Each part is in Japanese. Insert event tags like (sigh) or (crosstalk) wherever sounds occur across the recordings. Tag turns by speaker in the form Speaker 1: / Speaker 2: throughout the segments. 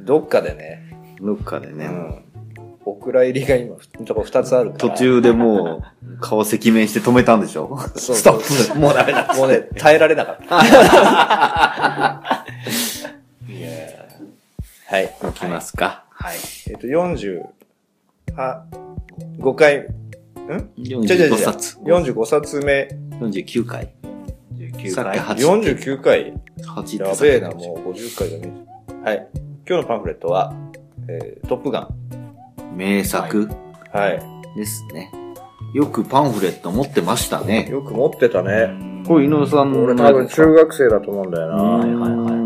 Speaker 1: どっかでね、
Speaker 2: どっかでね、
Speaker 1: うんお蔵入りが今、とこ2つあるから。
Speaker 2: 途中でもう、顔赤面して止めたんでしょ
Speaker 1: そう
Speaker 2: ストップもうダメだ。
Speaker 1: もうね、耐えられなかった。
Speaker 2: (laughs)
Speaker 1: いやーはい。
Speaker 2: いきますか。
Speaker 3: はい。
Speaker 1: えっと、40、は、5回、ん
Speaker 2: 45冊。
Speaker 1: 45冊目、
Speaker 2: 49回。
Speaker 3: 19
Speaker 2: さっ
Speaker 3: 回
Speaker 2: き。八
Speaker 1: 49回。
Speaker 2: 八
Speaker 1: やべえな、もう50回だね。はい。今日のパンフレットは、えートップガン。
Speaker 2: う。名作
Speaker 1: は
Speaker 2: ですね。よくパンフレット持ってました
Speaker 1: い。
Speaker 2: ね。
Speaker 1: よく持ってたね。
Speaker 2: これ井上さんの
Speaker 1: 俺
Speaker 2: やつ
Speaker 1: 多分中学生だと思うんだよ
Speaker 2: う
Speaker 1: な。
Speaker 2: ーん
Speaker 3: はいはい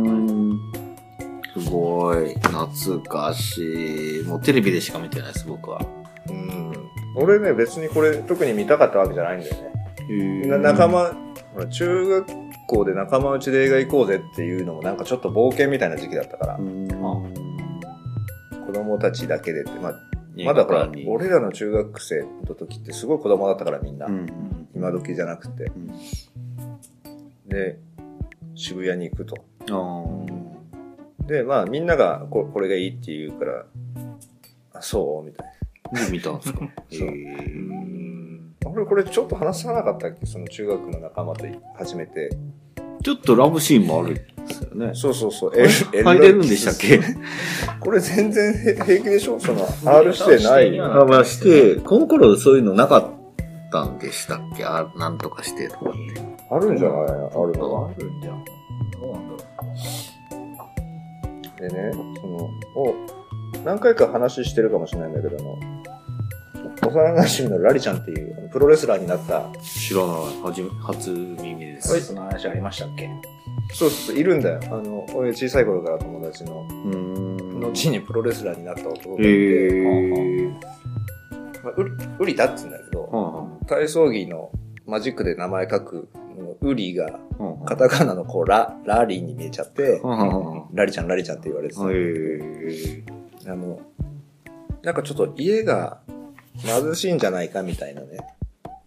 Speaker 2: すごい。懐かしい。もうテレビでしか見てないです、僕は。
Speaker 1: うん。俺ね、別にこれ特に見たかったわけじゃないんだよね。な仲
Speaker 2: 仲。
Speaker 1: 間、ほら中学校で仲間内で映画行こうぜっていうのもなんかちょっと冒険みたいな時期だったから
Speaker 2: う、ん
Speaker 1: 子供たちだけでって、まあ、まだほら、俺らの中学生の時ってすごい子供だったからみんな。
Speaker 2: うん
Speaker 1: 今時じゃなくて。
Speaker 2: うん
Speaker 1: で、渋谷に行くと。
Speaker 2: あー
Speaker 1: で、まあみんながここれがいいって言うから、あ、そうみたい
Speaker 2: で見たんです (laughs) か
Speaker 1: そう
Speaker 2: へー
Speaker 1: な。俺これちょっと話さなかったっけその中学の仲間と始めて。
Speaker 2: ちょっとラブシーンもあるんですよね。
Speaker 1: そうそうそう。
Speaker 2: え入れるんでしたっけ
Speaker 1: これ全然へ平気でしょその、R してない。
Speaker 3: いや
Speaker 2: あまあして、この頃そういうのなかったんでしたっけあなんとかしてとかって。
Speaker 1: あるんじゃないあるのは。
Speaker 3: あるんじゃん。どうなんだろ
Speaker 1: でね、その、を、何回か話してるかもしれないんだけども、幼馴染のラリちゃんっていう、あのプロレスラーになった、
Speaker 2: 知らない。初め初耳で
Speaker 3: う。こいつの話ありましたっけ
Speaker 1: そうそうそう、いるんだよ。あの、俺小さい頃から友達の、
Speaker 2: うーん。
Speaker 1: 後にプロレスラーになった男がいて、
Speaker 2: へぇ
Speaker 1: まあ、ウリウリだっつうんだけど、体操着のマジックで名前書く、ウリが、カタカナのこう、ラ、ラリーに見えちゃって、ラリちゃん、ラリちゃんって言われてた。あの、なんかちょっと家が貧しいんじゃないかみたいなね、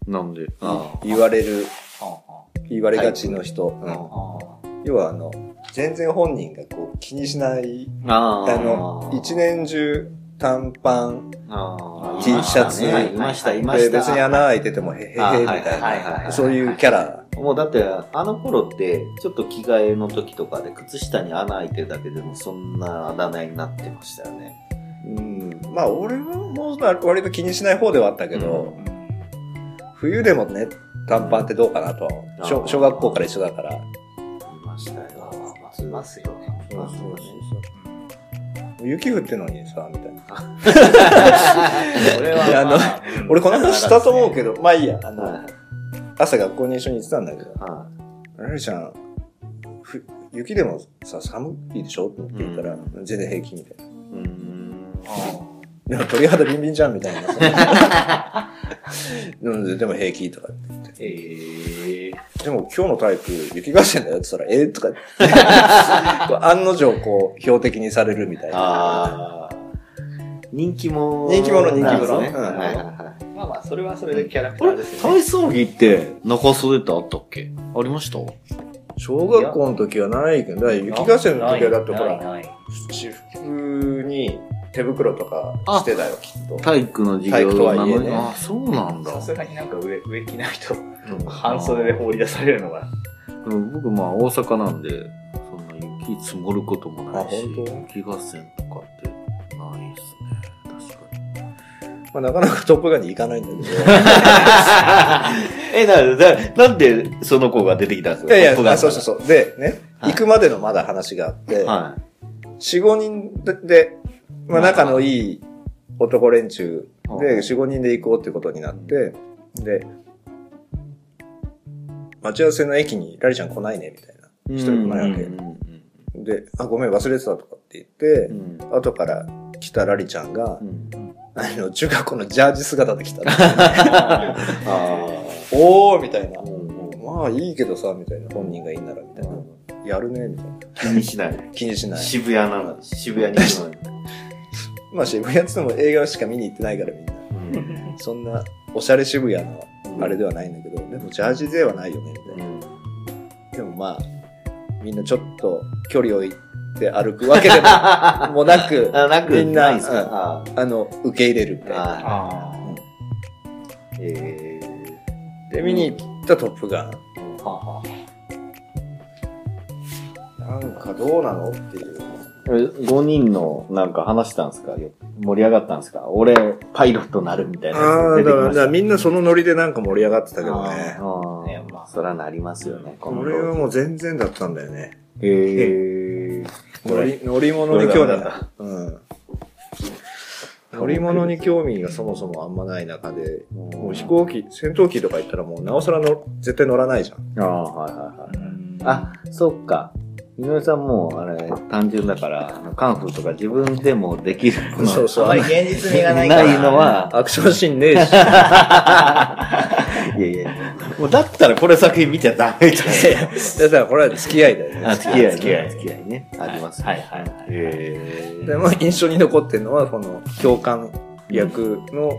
Speaker 2: なんであ
Speaker 1: 言われる、
Speaker 3: は
Speaker 1: 言われがちの人。
Speaker 2: い
Speaker 1: うん
Speaker 3: あはあ。
Speaker 1: 要はあの、全然本人がこう気にしない、あ
Speaker 2: あ
Speaker 1: の、一年中短パン、
Speaker 2: あー
Speaker 1: T シャツ
Speaker 2: いましたねいま
Speaker 1: で
Speaker 2: した、いま
Speaker 1: 別
Speaker 2: した。
Speaker 1: に穴開いててもへへへみ
Speaker 2: あはいはい
Speaker 1: たい
Speaker 2: はいはいは
Speaker 1: な、
Speaker 2: い
Speaker 1: そういうキャラ。
Speaker 2: もうだって、あの頃って、ちょっと着替えの時とかで、靴下に穴開いてるだけでも、そんなあだ名になってましたよね。
Speaker 1: うん、まあ俺はもう割と気にしない方ではあったけど、冬でもね、短パンってどうかなとは思う
Speaker 2: あー
Speaker 1: 小小学校から一緒だから。
Speaker 2: いましたよ。
Speaker 3: いますよね
Speaker 2: います (laughs) よね。
Speaker 1: 雪降ってんのにさ、みたいな。
Speaker 3: 俺は、
Speaker 1: いやあの
Speaker 3: まあうん
Speaker 1: 俺この話したと思うけど、まあいいや、あの、
Speaker 2: はい
Speaker 1: 朝学校に一緒に行ってたんだけど、
Speaker 2: は
Speaker 1: ラルちゃん、ふ雪でもさ、寒いでしょって言ったら、
Speaker 2: う
Speaker 1: 全然平気みたい
Speaker 2: い。うん。
Speaker 3: あー
Speaker 1: な。でも鳥肌ビンビンじゃんみたいな。
Speaker 2: (laughs)
Speaker 1: うんでも平気とか言って。
Speaker 2: えー。
Speaker 1: でも今日のタイプ、雪合戦だよって言ったら、えー、とか言っ
Speaker 2: (laughs)
Speaker 1: て。こう案の定、こう、標的にされるみたいな。
Speaker 2: ああ。人気者。
Speaker 1: 人気者人気者
Speaker 2: なんですね
Speaker 1: うん
Speaker 2: はいはいはい
Speaker 3: まあま
Speaker 2: まあ、それはそれでキャラクタ
Speaker 4: あ
Speaker 2: ー
Speaker 4: れ
Speaker 2: ですよね。
Speaker 4: 体操着って中袖ってあったっけありました
Speaker 1: 小学校の時はないけど、だから雪合戦の時はだってほ
Speaker 3: な
Speaker 1: ら、
Speaker 3: いないない
Speaker 1: 私服に手袋とかしてたよ、きっと。
Speaker 4: 体育の授
Speaker 1: 体育と
Speaker 4: 業
Speaker 1: は
Speaker 4: ない
Speaker 1: え
Speaker 4: の
Speaker 1: ね
Speaker 4: に。あ、そうなんだ。
Speaker 3: さすがになんか上、上着ないと、
Speaker 1: うん
Speaker 3: 半袖で放り出されるのが。
Speaker 4: でも僕まあ大阪なんで、そんな雪積もることもないし、
Speaker 1: あ本
Speaker 4: 雪合戦とかってないっすね。確かに。
Speaker 1: まあ、なかなかトップガンに行かないんだけど。
Speaker 2: え、な、な、なんでその子が出てきたんです
Speaker 1: い
Speaker 2: か
Speaker 1: やい
Speaker 2: トップ
Speaker 1: や、
Speaker 2: ガン
Speaker 1: あ
Speaker 2: か
Speaker 1: そ
Speaker 2: ら
Speaker 1: うそうそう。で、ね、
Speaker 2: はい
Speaker 1: 行くまでのまだ話があって、
Speaker 4: は
Speaker 1: 4、5人でで、まあ仲のいい男連中
Speaker 4: い。
Speaker 1: で、
Speaker 4: うん、
Speaker 1: 4、5人で行こうってことになって、で、待ち合わせの駅にラリちゃん来ないね、みたいな。一人来ないわけ
Speaker 4: うんうん
Speaker 1: で、あ、ごめん、忘れてたとかって言って
Speaker 4: う、ん
Speaker 1: 後から来たラリちゃんが
Speaker 4: う、んうん
Speaker 1: あの、中学校のジャージ姿で来たの。
Speaker 4: あ
Speaker 1: おーみたいな
Speaker 4: あ。。
Speaker 1: まあいいけどさ、みたいな。本人がいいなら、みたいな。やるね、みたいな。
Speaker 2: 気にしない。
Speaker 1: 気にしない。
Speaker 2: 渋谷なの、渋谷に行くのに。
Speaker 1: まあ渋谷っつっても映画しか見に行ってないからみんな。そんな、おしゃれ渋谷のあれではないんだけど、でもジャージではないよね、みたいな。でもまあ、みんなちょっと距離を置いて歩くわけで
Speaker 2: (laughs)
Speaker 1: ももなく、
Speaker 2: あなく、
Speaker 1: みんな
Speaker 2: ないですか、
Speaker 1: あの、受け入れるみたいな。
Speaker 2: ああ
Speaker 3: あ
Speaker 2: えー
Speaker 1: で、見に行ったトップガン。
Speaker 3: あ。はあは
Speaker 1: なんかどうなのっていう。
Speaker 2: 5人のなんか話したんですかよ盛り上がったんですか俺、パイロットなるみたいな
Speaker 1: あ
Speaker 2: や
Speaker 1: あ、
Speaker 2: つ
Speaker 1: だから
Speaker 2: 出てき
Speaker 1: だ
Speaker 2: まし
Speaker 1: か
Speaker 2: た。
Speaker 1: らみんなそのノリでなんか盛り上がってたけどね。
Speaker 2: あー
Speaker 3: ねまあ
Speaker 2: そらなりますよね。
Speaker 1: これはもう全然だったんだよね。
Speaker 2: へえ。こ
Speaker 1: 乗
Speaker 2: れ
Speaker 1: り乗り物に興味が、うん、
Speaker 2: た
Speaker 1: 乗り物に興味がそもそもあんまない中で、も
Speaker 2: も
Speaker 1: う飛行機、戦闘機とか行ったらもうなおさらの絶対乗らないじゃん。
Speaker 2: ああ、はいはいはい。
Speaker 3: あ。
Speaker 2: あ、そっか。井上さんもう、あれ、単純だから、あのカンフーとか自分でもできるの。
Speaker 1: そうそう。
Speaker 3: あ
Speaker 1: あ
Speaker 3: ん
Speaker 1: の
Speaker 3: まり現実味が
Speaker 2: な
Speaker 3: ないいから。
Speaker 2: のは、
Speaker 1: アクションシーンね (laughs) えし。
Speaker 2: (laughs) いやいや、もうだったらこれ作品見ちゃダメだね。
Speaker 1: だからこれは付き合いだよね。
Speaker 2: あ付き合い、
Speaker 3: (laughs) 付き合い
Speaker 2: 付き合いね。あ
Speaker 3: はい、
Speaker 2: ります。
Speaker 3: はいはいはい。
Speaker 2: へ
Speaker 1: で、まあ印象に残ってるのは、この教官役の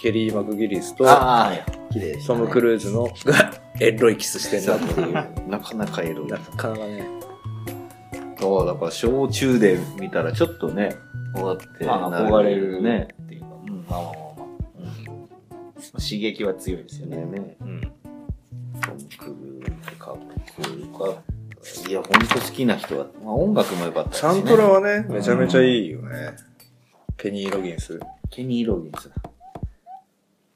Speaker 1: ケリー・マクギリスと、
Speaker 2: ああ、綺麗でした
Speaker 1: ト
Speaker 2: ね
Speaker 1: ム・クルーズのがエロいキスしてんなっていう。
Speaker 2: なかなかエロい
Speaker 1: な。かなかね。
Speaker 2: そう、だから、小中で見たらちょっとね、終わって
Speaker 3: まあ
Speaker 2: な
Speaker 3: 憧れる
Speaker 2: ね。
Speaker 3: っていうか、うん、まあまあまあまあ、うん、刺激は強いですよね。
Speaker 2: ねね
Speaker 3: うん。
Speaker 2: トム・クルーズか、僕か。いや、ほんと好きな人は、まあ、音楽も良かったし、
Speaker 1: サントラはね、めちゃめちゃいいよね。ペニー・ロギンス。
Speaker 2: ケニー・ロギンスだ。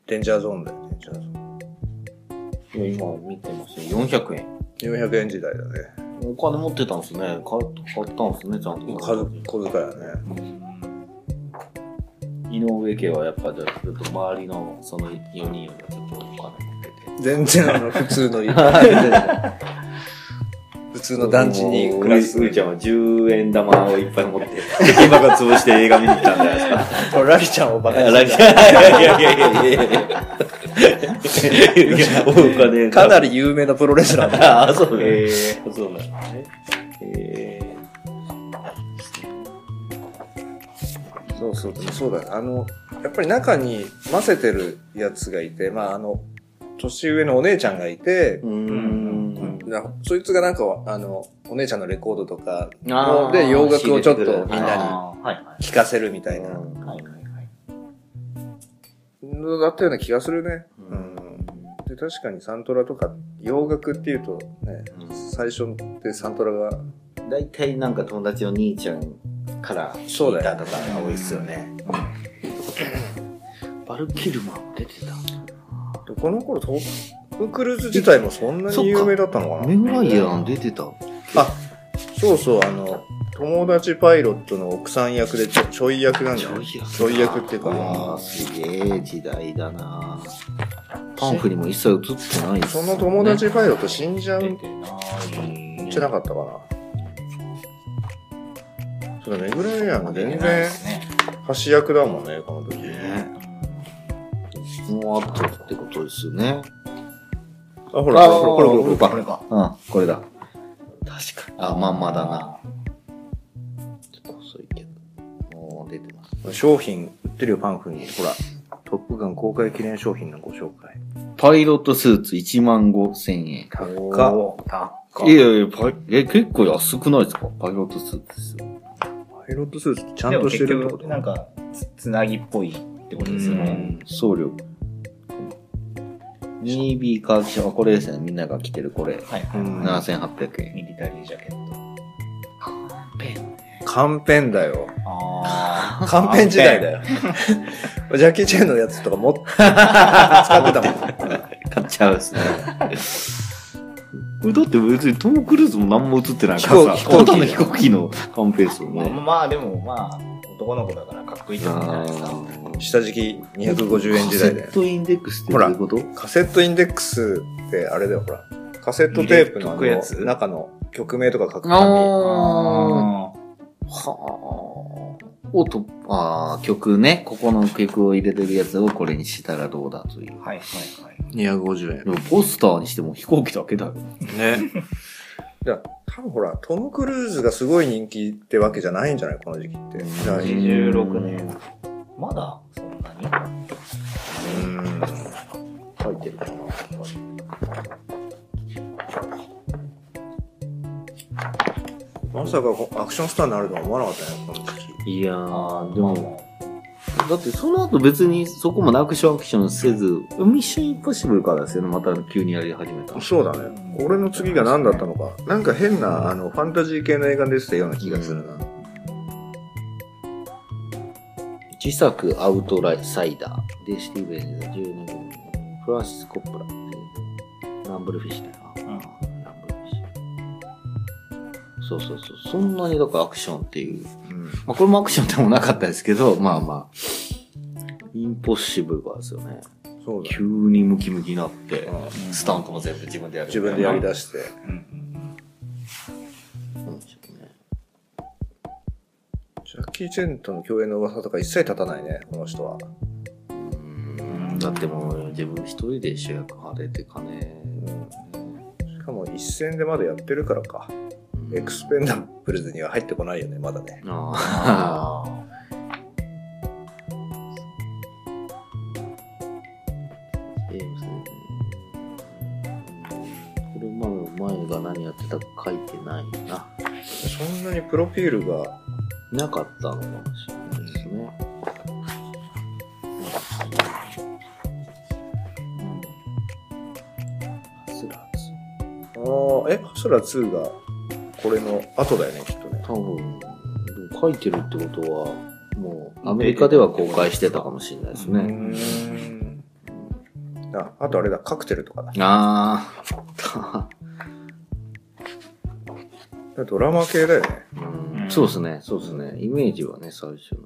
Speaker 1: デンジャーゾーンだよ、デンジャーゾーン。
Speaker 2: いや、今見てますね。400円。
Speaker 1: 400円時代だね。
Speaker 2: お金持ってたんですね。買買ったんですね、ちゃんと。
Speaker 1: 数小遣いはね。
Speaker 2: 井上家はやっぱ、じゃあちょっと周りの、その4人よりはちょっとお金持ってて。
Speaker 1: 全然あの、普通の、普通の団地に暮らす。
Speaker 2: うーちゃんは10円玉をいっぱい持って、敵ばが潰して映画見に来たんじゃないですか。
Speaker 1: ラリちゃんをバカに
Speaker 2: ラ
Speaker 1: して
Speaker 2: ッキーいやいやいやいやいやいや。いやお金
Speaker 1: た。かな
Speaker 2: り。
Speaker 1: り有名なプロレスラーだ。
Speaker 2: ああ、そうね。
Speaker 3: え
Speaker 2: そうなんだね。えー
Speaker 1: そうそう、でもそうだね。あの、やっぱり中に混ぜてるやつがいて、まああの、年上のお姉ちゃんがいて、
Speaker 2: うーん。
Speaker 1: なそいつがなんか、あの、お姉ちゃんのレコードとか
Speaker 2: あ
Speaker 1: の
Speaker 2: ー
Speaker 1: で洋楽をちょっとみん
Speaker 2: 何
Speaker 1: な
Speaker 3: あーはいは
Speaker 1: に聴かせるみたいな。
Speaker 2: うん
Speaker 3: い。はいはいはい。
Speaker 1: だったような気がするね。
Speaker 2: う
Speaker 1: うんん。で、確かにサントラとか、洋楽っていうとね、最初ってサントラが、
Speaker 2: 大体なんか友達の兄ちゃんから
Speaker 1: そう
Speaker 2: 聞い
Speaker 1: だ
Speaker 2: た
Speaker 1: よ
Speaker 2: とかが多いっすよね。バルキルマン出てた。
Speaker 1: この頃トム・クルーズ自体もそんなに有名だったのか
Speaker 2: メ
Speaker 1: な
Speaker 2: ンバイヤー出てた。
Speaker 1: そうそう、あの、友達パイロットの奥さん役でちょちょい役なんだ
Speaker 2: ち
Speaker 1: よ
Speaker 2: ょ
Speaker 1: ね
Speaker 2: い役。
Speaker 1: ちょい役っていう
Speaker 2: ああ、
Speaker 1: か、
Speaker 2: すげえ時代だなパンフにも一切映ってないっす
Speaker 1: そ
Speaker 2: よね
Speaker 1: の友達パイロット死んじゃう
Speaker 3: 出
Speaker 1: ん
Speaker 3: てない。
Speaker 1: じゃなかったかな。そうだね、ぐらいやん。全
Speaker 3: 出てないで
Speaker 1: 然、
Speaker 3: すね。
Speaker 1: 橋役だもんね、この時。
Speaker 2: ねもうあったってことですよね。
Speaker 1: あ、ほら、ほら、ほら、ほら、
Speaker 2: これか。うん、これだ。確かに。あ、まんまだな。ちょっと細いけど。もう出てます。
Speaker 1: 商品売ってるよ、パンフに。ほら、トップガン公開記念商品のご紹介。
Speaker 2: パイロットスーツ1万5千円。
Speaker 1: 高っ。
Speaker 3: おー高っ
Speaker 2: いやいやパイえ、結構安くないですかパイロットスーツですよ。
Speaker 1: パイロットスーツってちゃんとしてるってこと
Speaker 3: でも結局なんかつ、つなぎっぽいってことですよ
Speaker 1: う
Speaker 3: ね。
Speaker 1: ん
Speaker 2: 送料。2B カーキション、あこれですね。みんなが着てるこれ。
Speaker 3: はい。
Speaker 1: うん
Speaker 2: 7800円。
Speaker 3: ミリタリージャケット。
Speaker 1: カンペンだよ。
Speaker 3: あ
Speaker 1: カンペン時代 (laughs) だよ。ジャッキー・チェンのやつとかもっ使ってたもん。
Speaker 2: 買っちゃうっすね。これだって別にトム・クルーズも何も映ってないから
Speaker 1: 飛
Speaker 2: さ、
Speaker 1: 行機
Speaker 2: ただの飛行機のカンペですよ
Speaker 3: まあ
Speaker 2: ね。
Speaker 3: まあ、でもまあ、男の子だからかっこいいと思うんじゃないですか。
Speaker 1: 下敷き250円時代だ
Speaker 2: カ
Speaker 1: よ
Speaker 2: セッ。トインデックスってどういうこと
Speaker 1: カセットインデックスってあれだよ、ほら。カセットテープのあ
Speaker 3: 入れとくやつ
Speaker 1: の中の曲名とか書く紙。
Speaker 2: あー
Speaker 3: あ
Speaker 2: はあ。をと、ああ、曲ね。ここの曲を入れてるやつをこれにしたらどうだという。
Speaker 3: ーはいはいはい。
Speaker 1: 250円
Speaker 2: で。もポスターにしても飛行機だけだよ。
Speaker 1: (laughs) ね。だから多分ほら、トム・クルーズがすごい人気ってわけじゃないんじゃないこの時期って。だからう
Speaker 3: 86年。まだそんな
Speaker 1: ん。
Speaker 3: に書いてるかな。
Speaker 1: まさかこアクションスターになるとは思わなかったね、この時期。
Speaker 2: いやー、でも、だってその後別にそこもアクションアクションせず、ミッションインポッシブルからですよね。また急にやり始めた。
Speaker 1: そうだね。俺の次が何だったのか。なんか変な、あの、ファンタジー系の映画に出てたような気がするな。
Speaker 2: 自作アウトライサイダー。で、スティーブ・エンジェル17号フランシス・コップラ。ランブルフィッシュだよな。ランブルフィッシュ。そうそうそう。そんなにだからアクションっていう。
Speaker 1: うん。
Speaker 2: まあ、これもアクションでもなかったですけど、まあまあ。インポッシブルからですよね。
Speaker 1: そうだね
Speaker 2: 急にムキムキになって。
Speaker 1: うん。
Speaker 2: スタントも全部自分でやる。
Speaker 1: 自分でやりだして。ジャッキー・チェンとの共演の噂とか一切立たないね、この人は。
Speaker 2: うんだってもう自分一人で主役張れて金、
Speaker 1: しかも一戦でまだやってるからか。エクスペンダブルズには入ってこないよね、まだね。
Speaker 2: ああ。ジェームスねうんこれま前が何やってたか書いてないな。
Speaker 1: そんなにプロフィールが、
Speaker 2: なかったのかもしれないですね。ハスラー
Speaker 1: あ
Speaker 2: ズ
Speaker 1: あ、え、ハスラー2がこれの後だよね、きっとね。
Speaker 2: 多分、でも書いてるってことは、もうアメリカでは公開してたかもしれないですね。
Speaker 1: ん。ああとあれだ、カクテルとかだ。
Speaker 2: ああ、
Speaker 1: ドラマ系だよね。
Speaker 2: うんそうですね、そうですね。イメージはね、最初の。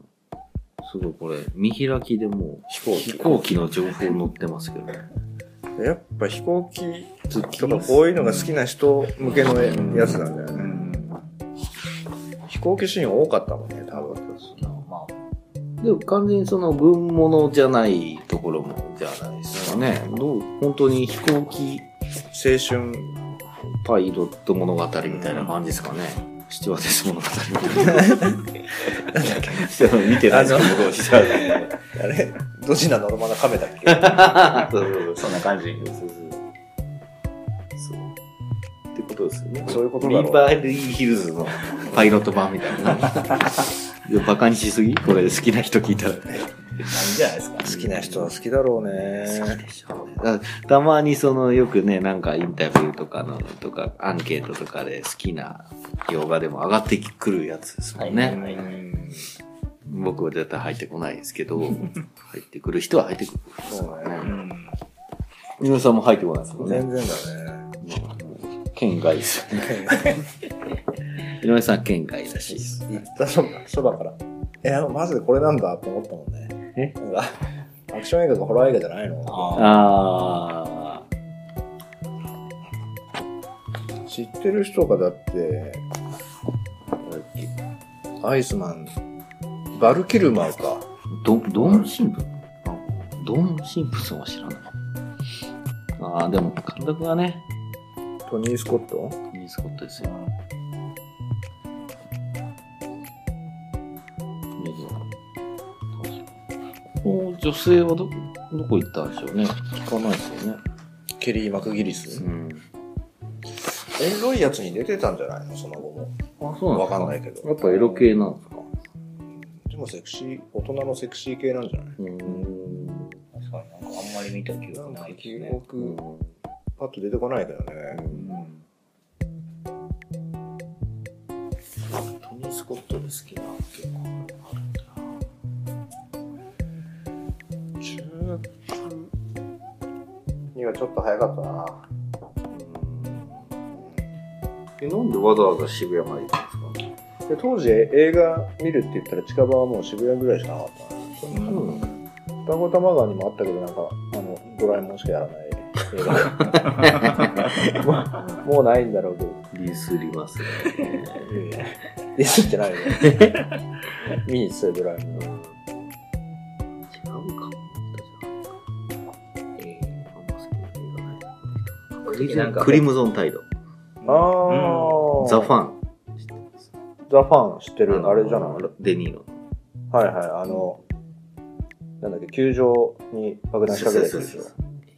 Speaker 2: すごいこれ、見開きでもう、飛行機の情報載ってますけどね。
Speaker 1: やっぱ飛行機とかこういうのが好きな人向けのやつなんだよね。飛行機シーン多かったもんね、多分。
Speaker 3: ま
Speaker 2: でも完全にその軍物じゃないところもじゃないですかね。どう本当に飛行機
Speaker 1: 青春
Speaker 2: パイロット物語みたいな感じですかね。シチュワーデス物語みたいな。 (laughs) 見てないですけど、僕もシチュワーデ
Speaker 1: あれドジなノルマの亀だっけ
Speaker 2: (laughs)
Speaker 3: あ、そうそうそうそんな感じ。
Speaker 5: そうそうそうってことですよね
Speaker 1: そういうこと
Speaker 5: ビ
Speaker 1: だ
Speaker 5: ー
Speaker 1: ろう。
Speaker 5: バーリーヒルズの
Speaker 2: スパイロット版みたいな。 (laughs) いやバカにしすぎこれ好きな人聞いたら。
Speaker 3: いいんじゃないですか。
Speaker 1: 好きな人は好きだろうね。
Speaker 2: でしょうねだたまにそのよくね、なんかインタビューとかの、とかアンケートとかで好きな洋画でも上がってくるやつですもんね。
Speaker 3: はいはい
Speaker 1: うん
Speaker 2: 僕は絶対入ってこないですけど、入ってくる人は入ってくる。
Speaker 1: そうだ
Speaker 3: う
Speaker 1: ね。
Speaker 3: ん。
Speaker 2: 井上さんも入ってこないですもんね。
Speaker 1: 全然だね。
Speaker 2: 県外ですよね。井上さん県外だし。
Speaker 1: 行ったそばそばから。え、あのマジでこれなんだと思ったもんね。なんか、アクション映画がホラー映画じゃないの
Speaker 3: あ
Speaker 2: あ
Speaker 1: 知ってる人がだって、アイスマン、バルキルマーか。
Speaker 2: ー、ドドン・シンプドン・シンプソンは知らない。ああ、でも監督はね、
Speaker 1: トニー・スコット
Speaker 2: トニー・スコットですよ。この
Speaker 4: 女性はど、どこ行ったんでしょうね。聞かないですよね。
Speaker 1: ケリー・マクギリス。
Speaker 4: ん。
Speaker 1: エロいやつに出てたんじゃないのその後も。
Speaker 4: あ、そうなんで
Speaker 1: わ
Speaker 4: す。
Speaker 1: かんないいけど。
Speaker 4: やっぱエロ。系なんですか
Speaker 1: でもセクシー、大人のセクシー系なんじゃないう
Speaker 4: ーん。
Speaker 3: 確かになんかあんまり見た記
Speaker 1: な
Speaker 3: 憶
Speaker 1: ん
Speaker 3: な
Speaker 1: か
Speaker 3: いです
Speaker 1: 記
Speaker 3: ね。
Speaker 1: 憶、パッと出てこないけどね。
Speaker 3: うん
Speaker 2: トニー・スコットで好きな結構あるんだな
Speaker 1: 中間にはちょっと早かったな。
Speaker 2: えなんでわざわざ渋谷まで行ったんですか
Speaker 1: で当時映画見るって言ったら近場はもう渋谷ぐらいしかなかったな。
Speaker 2: うん
Speaker 1: 双子玉川にもあったけど、なんか、あの、ドラえもんしかやらない映画。も
Speaker 2: (laughs)
Speaker 1: うもうないんだろうけど。
Speaker 2: ディスりますね
Speaker 1: ディスってないよ
Speaker 2: (laughs)
Speaker 1: ね。見に行ってたよ、ドラえもん。
Speaker 2: 違うかもえーあんま好きな映画ないなこの人クリ
Speaker 3: なんか
Speaker 2: クリムゾンタイド
Speaker 1: あー。
Speaker 2: ザ・フ
Speaker 1: ン。
Speaker 2: ァン
Speaker 1: ザ・ファン知ってる。あれじゃない
Speaker 2: いデニーロ
Speaker 1: はいはい、あの、なんだっけ、球場に爆弾仕掛けたやつでし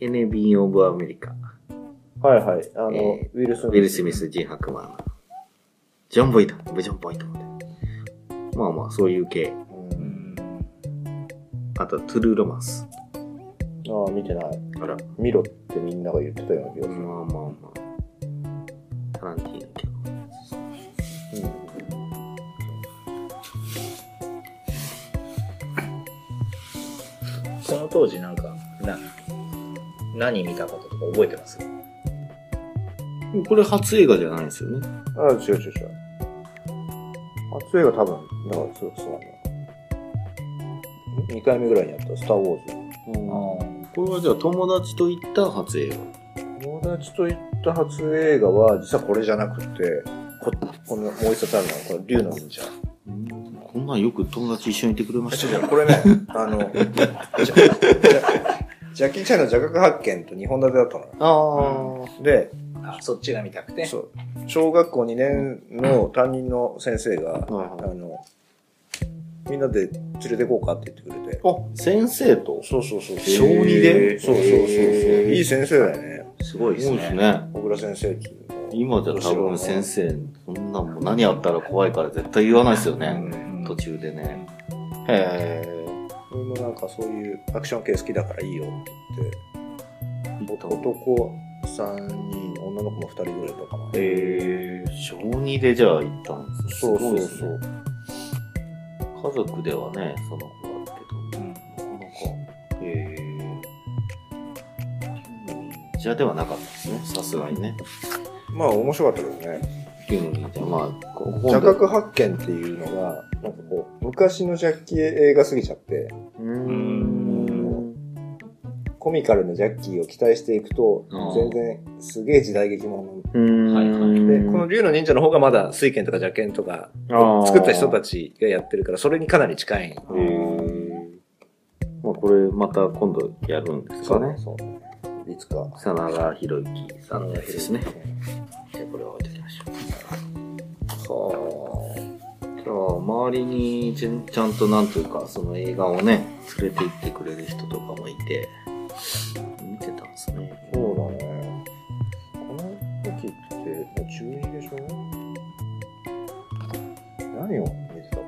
Speaker 2: エネビン・オブ・アメリカ
Speaker 1: ょ。はいはい、あの、
Speaker 2: え
Speaker 1: ウィル・ス
Speaker 2: ウ
Speaker 1: ミス。
Speaker 2: ィル・スミス、ジン・ハクマンジョン・ボイトンブジョン・ボイトンまあまあそういう系
Speaker 1: う。
Speaker 3: うんん
Speaker 2: あとはトゥルー・ロマンス
Speaker 1: ああ、見てない。
Speaker 2: あら
Speaker 1: 見ろってみんなが言ってたような気が
Speaker 2: まあまあまあタランティーノ結構
Speaker 1: する。
Speaker 3: その当時なんか、な、何見たこととか覚えてます
Speaker 2: これ初映画じゃないですよね。
Speaker 1: うん。ああ、違う違う違う。初映画多分、だからそうそうなんだ。2回目ぐらいにやった、スター・ウォーズ。
Speaker 2: これはじゃあ友達と行った初映画。
Speaker 1: 友達と行った初映画は、実はこれじゃなくて、こ、この、もう一冊あるのは、この竜の忍者。
Speaker 2: こんなんよく友達一緒にいてくれま
Speaker 1: ち
Speaker 2: し
Speaker 1: ょ
Speaker 2: た
Speaker 1: っと
Speaker 2: ね。
Speaker 1: これ (laughs) ね、あの、ジャジャッキー・チャンの邪覚発見と2本立てだったのよ。
Speaker 2: あー
Speaker 1: で、
Speaker 3: あ、そっちが見たくて。
Speaker 1: そう、小学校2年の担任の先生が、
Speaker 2: はい
Speaker 1: あ
Speaker 2: はい
Speaker 1: の、みんなで連れてこうかって言ってくれて。
Speaker 2: あ、先生と
Speaker 1: そうそうそう。
Speaker 2: 小二で
Speaker 1: そうそうそうそう。
Speaker 2: へー
Speaker 1: いい先生だよね。
Speaker 3: すごいです
Speaker 2: そうです
Speaker 3: ね。
Speaker 2: ね。
Speaker 1: 小倉先生っていうのは
Speaker 2: 今じゃ多分先生、そんなんもう何あったら怖いから絶対言わないですよね。
Speaker 3: うん
Speaker 2: 途中でね。へ
Speaker 1: 俺もなんかそういうアクション系好きだからいいよって言って、
Speaker 2: ー
Speaker 1: 男3人、女の子も2人ぐらいとかな。
Speaker 2: えー、小2でじゃあ行ったんです
Speaker 1: そうそう
Speaker 2: す
Speaker 1: そ
Speaker 2: ご
Speaker 1: う。
Speaker 2: いですね家族ではね、その子はあるけど。
Speaker 3: うん
Speaker 2: なかなか、えー、じゃではなかったですね、さすがにね。
Speaker 1: まあ面白かったけどね。
Speaker 2: 急にじゃまあ、こう
Speaker 1: 邪覚発見っていうのが、なんかこう、昔のジャッキー映画すぎちゃって、
Speaker 2: うん。
Speaker 1: コミカルなジャッキーを期待していくと
Speaker 2: あー、
Speaker 1: 全然すげえ時代劇もの。
Speaker 2: うん。
Speaker 3: はいはい
Speaker 1: で、この竜の忍者の方がまだ水剣とか邪剣とか、作った人た
Speaker 2: ち。
Speaker 1: ちがやってるから、それにかなり近い。
Speaker 2: えー、まあこれまた今度やるんですかね。
Speaker 1: そうね。いつか。
Speaker 2: 真田広之さんのやつですね。じゃあこれは置いておきましょう。
Speaker 1: は
Speaker 2: じゃあ周りにちんちゃんとなんというかその映画をね連れて行ってくれる人とかもいて見てたんですね。
Speaker 1: あ、そうだね。この時って、もう中2でしょ何を見てたか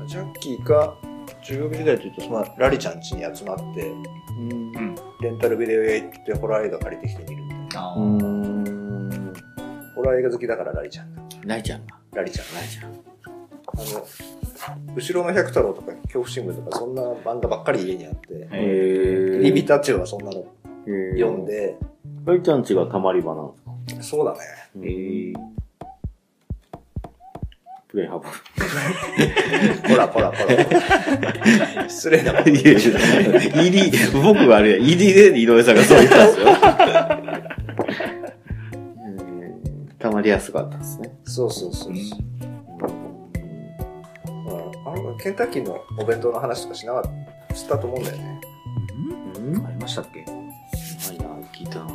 Speaker 1: なジャッキーか、中学時代というと、まあ、ラリちゃん家に集まって、
Speaker 2: うん
Speaker 3: うん。
Speaker 1: レンタルビデオ屋行ってホラー映画借りてきてみるみたいな。
Speaker 3: あ
Speaker 2: う
Speaker 3: ー
Speaker 2: ん。
Speaker 1: ホラー映画好きだからラリちゃんが。
Speaker 2: ライちゃんが。
Speaker 1: ラリちゃんが。
Speaker 2: ライちゃ
Speaker 1: あ
Speaker 2: ん。
Speaker 1: の、後ろの百太郎とか恐怖新聞とかそんな漫画ばっかり家にあって、
Speaker 3: へ
Speaker 2: え
Speaker 1: リビタチュウはそんなの読ん
Speaker 2: で。
Speaker 1: で、
Speaker 2: ライちゃんちがたまり場なんですか
Speaker 1: そう
Speaker 2: (laughs)
Speaker 1: だね。
Speaker 2: へえ。プレイハブ。
Speaker 1: ほらほらほら。失礼なこと
Speaker 2: い
Speaker 1: 言
Speaker 2: や
Speaker 1: っ
Speaker 2: いや、
Speaker 1: てる。
Speaker 2: ED、僕はあれや、ED で井上さんがそう言ったんですよ。うんたまりやすかったですね。
Speaker 1: そうそうそうそう。うんあの、ケンタッキーのお弁当の話とかしなかった、したと思うんだよね。
Speaker 2: うん。うま
Speaker 3: ありましたっけ
Speaker 2: いな、聞いたな。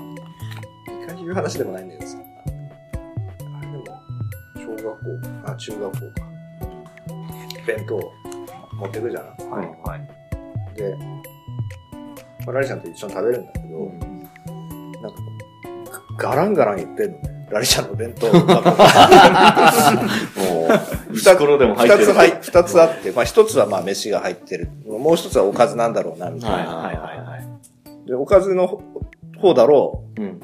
Speaker 1: 一回言う話でもないんだけどさ。あれでも、学校あ中学校か弁当持ってくじゃない
Speaker 3: はいはい。
Speaker 1: で、まあ、ラリちゃんと一緒に食べるんだけど、なんかこうガランガラン言ってんのねラリちゃんの弁当
Speaker 2: もう、
Speaker 1: 二つ
Speaker 2: 袋でも入って
Speaker 1: 二
Speaker 2: る。
Speaker 1: つ入っ二つあって、まあ一つはまあ飯が入ってる。もう一つはおかずなんだろうな、みたいな。
Speaker 2: はい
Speaker 3: はいはいはい。
Speaker 1: で、おかずの方方だろ
Speaker 2: うんうん
Speaker 1: う、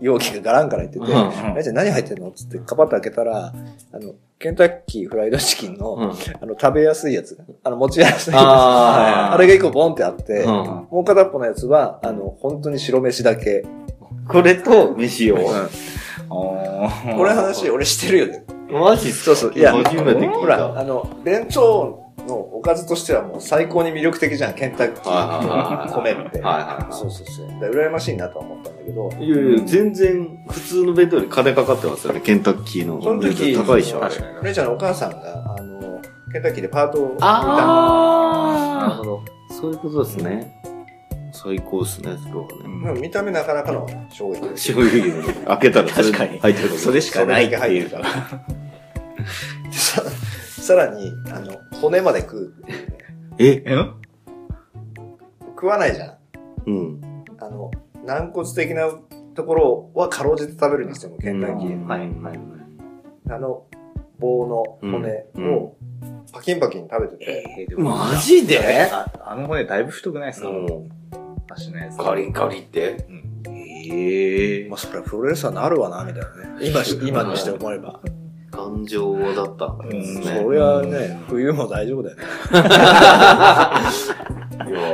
Speaker 1: 容器がガランからいってて、
Speaker 2: う
Speaker 1: あ
Speaker 2: ん。
Speaker 1: れじゃん何入ってんのつってカパッと開けたら、あの、ケンタッキーフライドチキンの、
Speaker 2: うん
Speaker 1: あの、食べやすいやつ。あの、持ちやすいやつ。あ
Speaker 2: あー
Speaker 1: れが一個ボンってあって、
Speaker 2: うん
Speaker 1: もう片っぽのやつは、あの、本当に白飯だけ。
Speaker 2: これと飯を。
Speaker 3: あ
Speaker 1: これ話、俺してるよね。
Speaker 2: マジっす
Speaker 1: そうそう。いや、
Speaker 2: 初めて聞いた。
Speaker 1: ほら、あの、弁当のおかずとしてはもう最高に魅力的じゃん、ケンタッキ
Speaker 2: はいはい
Speaker 1: ー、
Speaker 2: はいは
Speaker 1: 米
Speaker 2: い
Speaker 1: って。
Speaker 2: はいはいはい
Speaker 1: そうそうそう。だから羨ましいなとは思ったんだけど、
Speaker 2: いやいや、全然、普通の弁当より金かかってますよね、ケンタッキーの。
Speaker 1: その時
Speaker 2: 高いでしょ、あれ。
Speaker 3: 確かに。
Speaker 1: レイちゃんのお母さんが、あの、ケンタッキーでパートを
Speaker 2: なるほど。そういうことですね。最高ですね、そこはね。
Speaker 1: 見た。見た目なかなかの衝撃です。
Speaker 2: 醤油入れて開けたらそれ
Speaker 3: 確かに
Speaker 2: 入ってる
Speaker 3: それしかないっていう
Speaker 1: それだけ入ってるから。でささらに、あの、骨まで食うっていうね。
Speaker 2: え
Speaker 3: え
Speaker 1: 食わないじゃん。
Speaker 2: うん。
Speaker 1: あの、軟骨的なところはかろうじて食べるにしても、ケンタッキー。
Speaker 2: はいはいはい。
Speaker 1: あの、棒の骨
Speaker 2: うん
Speaker 1: をパキンパキン食べてて。
Speaker 2: マジで
Speaker 3: ああの骨だいぶ太くないですか
Speaker 2: うん。
Speaker 3: 足のやつ。
Speaker 2: カリンカリンって。ええ
Speaker 1: ま。あ、それはプロレスラーなるわな、みたいな
Speaker 2: (laughs)
Speaker 1: ね。今し、今にして思えば。
Speaker 2: 頑丈だったんですね。
Speaker 1: そりゃね、冬も大丈夫だよね。
Speaker 2: いや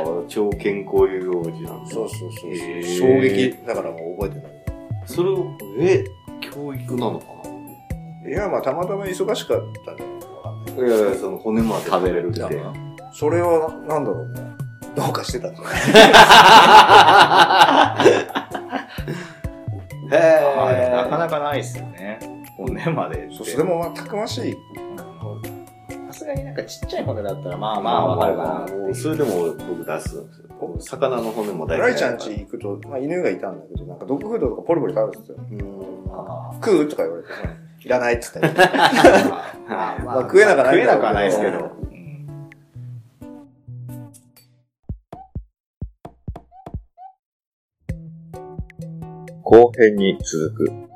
Speaker 2: ー超健康有用児なんです
Speaker 1: そうそうそうそう。
Speaker 2: へー
Speaker 1: 衝撃だからもう覚えてない。
Speaker 2: それを、え、教育なのか
Speaker 1: いや、まあ、たまたま忙しかったんじゃないかわかんない
Speaker 2: ないやいや、その骨まで食べれるって。
Speaker 1: それは、なんだろうね。どうかしてたんじゃない
Speaker 3: はいなか
Speaker 2: へ
Speaker 3: なかないっすよね。骨までって。
Speaker 1: そうそう、でも、まあ、たくましい。
Speaker 3: さすがになんかちっちゃい骨だったら、まあまあわかるかなっていう。
Speaker 2: それでも僕出すんですよ。魚の骨も大
Speaker 1: ラ
Speaker 2: 体
Speaker 1: イちゃん家行くと、まあ、犬がいたんだけど、なんかドッグフードとかポリポリ食べてたよ。
Speaker 3: あ
Speaker 1: 食うとか言われて、いらないっつって。ま
Speaker 3: ーまあま
Speaker 1: あ、食えなくはないん
Speaker 3: 食え
Speaker 1: だ
Speaker 3: な
Speaker 1: ろう
Speaker 3: くはないですけど。
Speaker 6: 後編に続く。